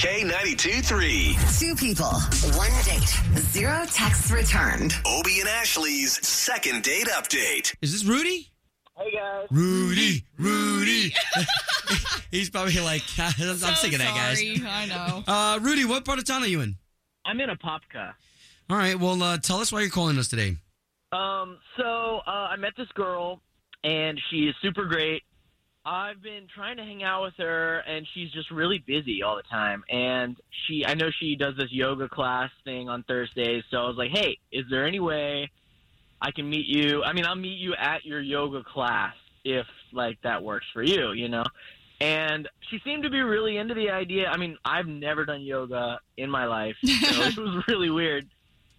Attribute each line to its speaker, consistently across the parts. Speaker 1: K92 3.
Speaker 2: Two people, one date, zero texts returned.
Speaker 1: Obie and Ashley's second date update.
Speaker 3: Is this Rudy?
Speaker 4: Hey guys.
Speaker 3: Rudy, Rudy. He's probably like, I'm sick of that, guys.
Speaker 5: Sorry, I know.
Speaker 3: Uh, Rudy, what part of town are you in?
Speaker 4: I'm in a popka.
Speaker 3: All right, well, uh, tell us why you're calling us today.
Speaker 4: Um, so uh, I met this girl, and she is super great. I've been trying to hang out with her, and she's just really busy all the time. And she, I know she does this yoga class thing on Thursdays. So I was like, hey, is there any way I can meet you? I mean, I'll meet you at your yoga class if like that works for you, you know. And she seemed to be really into the idea. I mean, I've never done yoga in my life, so it was really weird,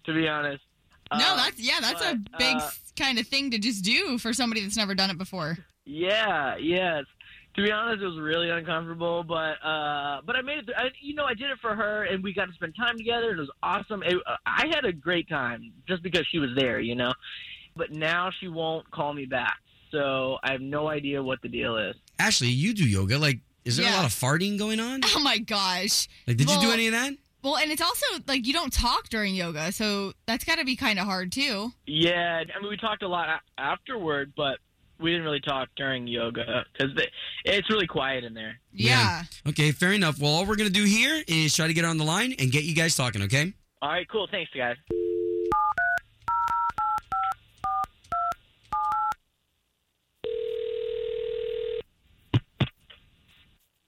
Speaker 4: to be honest.
Speaker 5: no,
Speaker 4: Um,
Speaker 5: that's yeah, that's a
Speaker 4: but,
Speaker 5: big
Speaker 4: uh,
Speaker 5: kind of thing to just do for somebody that's never done it before.
Speaker 4: Yeah, yes. To be honest, it was really uncomfortable, but uh, but I made it. Through, I, you know, I did it for her, and we got to spend time together. And it was awesome. It, uh, I had a great time just because she was there, you know. But now she won't call me back, so I have no idea what the deal is.
Speaker 3: Ashley, you do yoga. Like, is there a
Speaker 5: Yeah.
Speaker 3: lot of farting going on?
Speaker 5: Oh my gosh.
Speaker 3: Like, did you do
Speaker 5: Well-
Speaker 3: any of that?
Speaker 5: Well, and it's also like you don't talk during yoga, so that's got to be kind of hard too.
Speaker 4: Yeah, I mean, we talked a lot a- afterward, but we didn't really talk during yoga because it's really quiet in there.
Speaker 5: Yeah.
Speaker 3: Okay, fair enough. Well, all we're going to do here is try to get her on the line and get you guys talking, okay?
Speaker 4: All right, cool. Thanks, guys.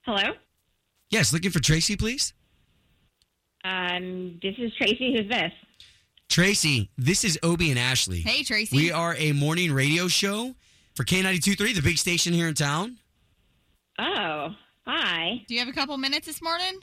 Speaker 6: Hello.
Speaker 3: Yes, looking for Tracy, please.
Speaker 6: Um, this is Tracy. Who's this?
Speaker 3: Tracy, this is Obie and Ashley.
Speaker 5: Hey, Tracy.
Speaker 3: We are a morning radio show for K92.3, the big station here in town.
Speaker 6: Oh, hi.
Speaker 5: do you have a couple minutes this morning?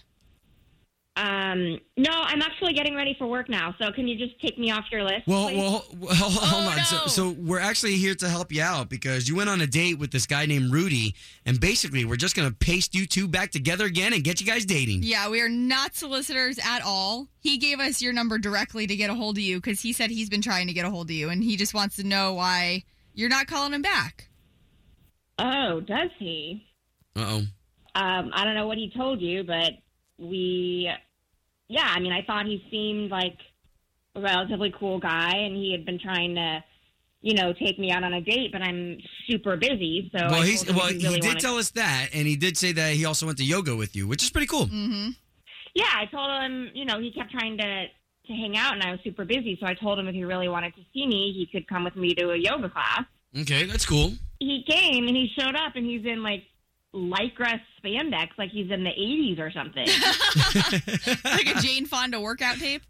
Speaker 6: Um, no, I'm actually getting ready for work now. So can you just take me off your list?
Speaker 3: Well,
Speaker 6: please?
Speaker 3: well, ho- well, hold
Speaker 5: Oh,
Speaker 3: on. So,
Speaker 5: no.
Speaker 3: so we're actually here to help you out because you went on a date with this guy named Rudy, and basically we're just going to paste you two back together again and get you guys dating.
Speaker 5: Yeah, we are not solicitors at all. He gave us your number directly to get a hold of you because he said he's been trying to get a hold of you and he just wants to know why you're not calling him back.
Speaker 6: oh, does he?
Speaker 3: Uh oh.
Speaker 6: Um, I don't know what he told you, but we, yeah. I mean, I thought he seemed like a relatively cool guy, and he had been trying to, you know, take me out on a date. But I'm super busy, so
Speaker 3: well,
Speaker 6: I
Speaker 3: he's
Speaker 6: told him
Speaker 3: well.
Speaker 6: if
Speaker 3: He
Speaker 6: really
Speaker 3: did
Speaker 6: wanted-
Speaker 3: tell us that, and he did say that he also went to yoga with you, which is pretty cool.
Speaker 5: Mm-hmm.
Speaker 6: Yeah, I told him, you know, he kept trying to to hang out and I was super busy, so I told him if he really wanted to see me, he could come with me to a yoga class.
Speaker 3: Okay, that's cool.
Speaker 6: He came and he showed up and he's in like lycra spandex, like he's in the 80s or something.
Speaker 5: Like a Jane Fonda workout tape.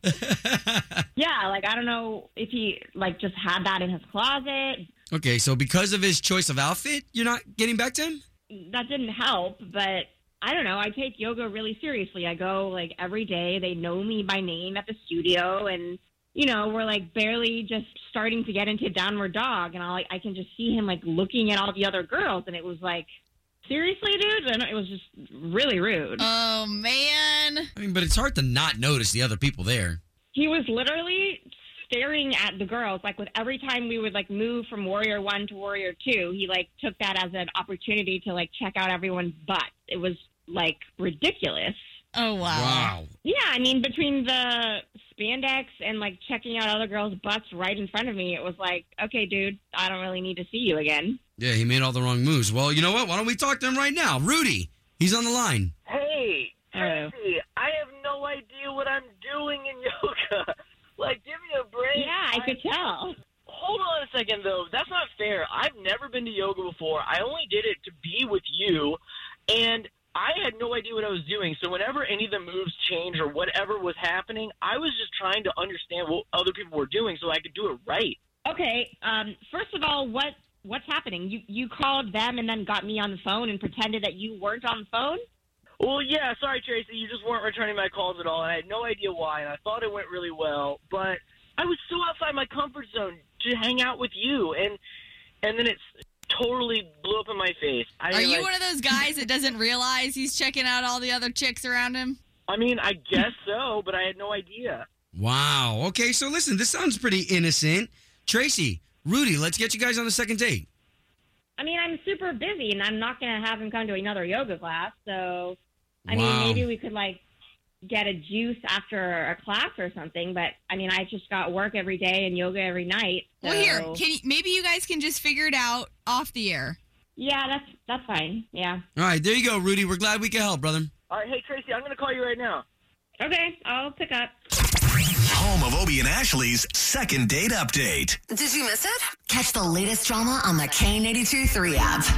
Speaker 6: yeah, like I don't know if he like just had that in his closet.
Speaker 3: okay, so because of his choice of outfit, you're not getting back to him.
Speaker 6: That didn't help, but I don't know. I take yoga really seriously. I go like every day. They know me by name at the studio and you know, we're like barely just starting to get into downward dog, and I like I can just see him like looking at all the other girls, and it was like, seriously, dude, and it was just really rude.
Speaker 5: Oh, man.
Speaker 3: I mean, but it's hard to not notice the other people there.
Speaker 6: he was literally staring at the girls, like with every time we would like move from Warrior One to Warrior Two, he like took that as an opportunity to like check out everyone's butt. It was like ridiculous.
Speaker 5: Oh, wow.
Speaker 6: Yeah, I mean, between the spandex and like checking out other girls' butts right in front of me, it was like, okay, dude, I don't really need to see you again.
Speaker 3: Yeah, he made all the wrong moves. Well, you know what? Why don't we talk to him right now? Rudy, he's on the line.
Speaker 4: Hey,
Speaker 6: Hello.
Speaker 4: Tracy, I have no idea what I'm doing in yoga. like, give me a break.
Speaker 6: Yeah, I could tell.
Speaker 4: Hold on a second, though. That's not fair. I've never been to yoga before. I only did it to be with you, and I had no idea what I was doing. So whenever any of the moves changed or whatever was happening, I was just trying to understand what other people were doing so I could do it right.
Speaker 6: Okay, um, first of all, what what's happening? You you called them and then got me on the phone and pretended that you weren't on the phone.
Speaker 4: Well, yeah, sorry, Tracy. You just weren't returning my calls at all, and I had no idea why, and I thought it went really well, but I was so outside my comfort zone to hang out with you, and and then it's totally blew up in my face. I,
Speaker 5: Are you
Speaker 4: like-
Speaker 5: one of those guys that doesn't realize he's checking out all the other chicks around him?
Speaker 4: I mean, I guess so, but I had no idea.
Speaker 3: Wow. Okay, so listen, this sounds pretty innocent. Tracy, Rudy, let's get you guys on a second date.
Speaker 6: I mean, I'm super busy and I'm not going to have him come to another yoga class. So, I mean,
Speaker 3: Wow.
Speaker 6: maybe we could like get a juice after a class or something. But I mean, I just got work every day and yoga every night. So,
Speaker 5: Well, here, can you, maybe you guys can just figure it out off the air.
Speaker 6: yeah, that's that's fine. Yeah.
Speaker 3: All right, there you go, Rudy. We're glad we could help, brother.
Speaker 4: All right, hey Tracy, I'm going to call you right now.
Speaker 6: Okay, I'll pick up.
Speaker 1: Home of Obie and Ashley's second date update.
Speaker 2: Did you miss it? Catch the latest drama on the K82 3 app.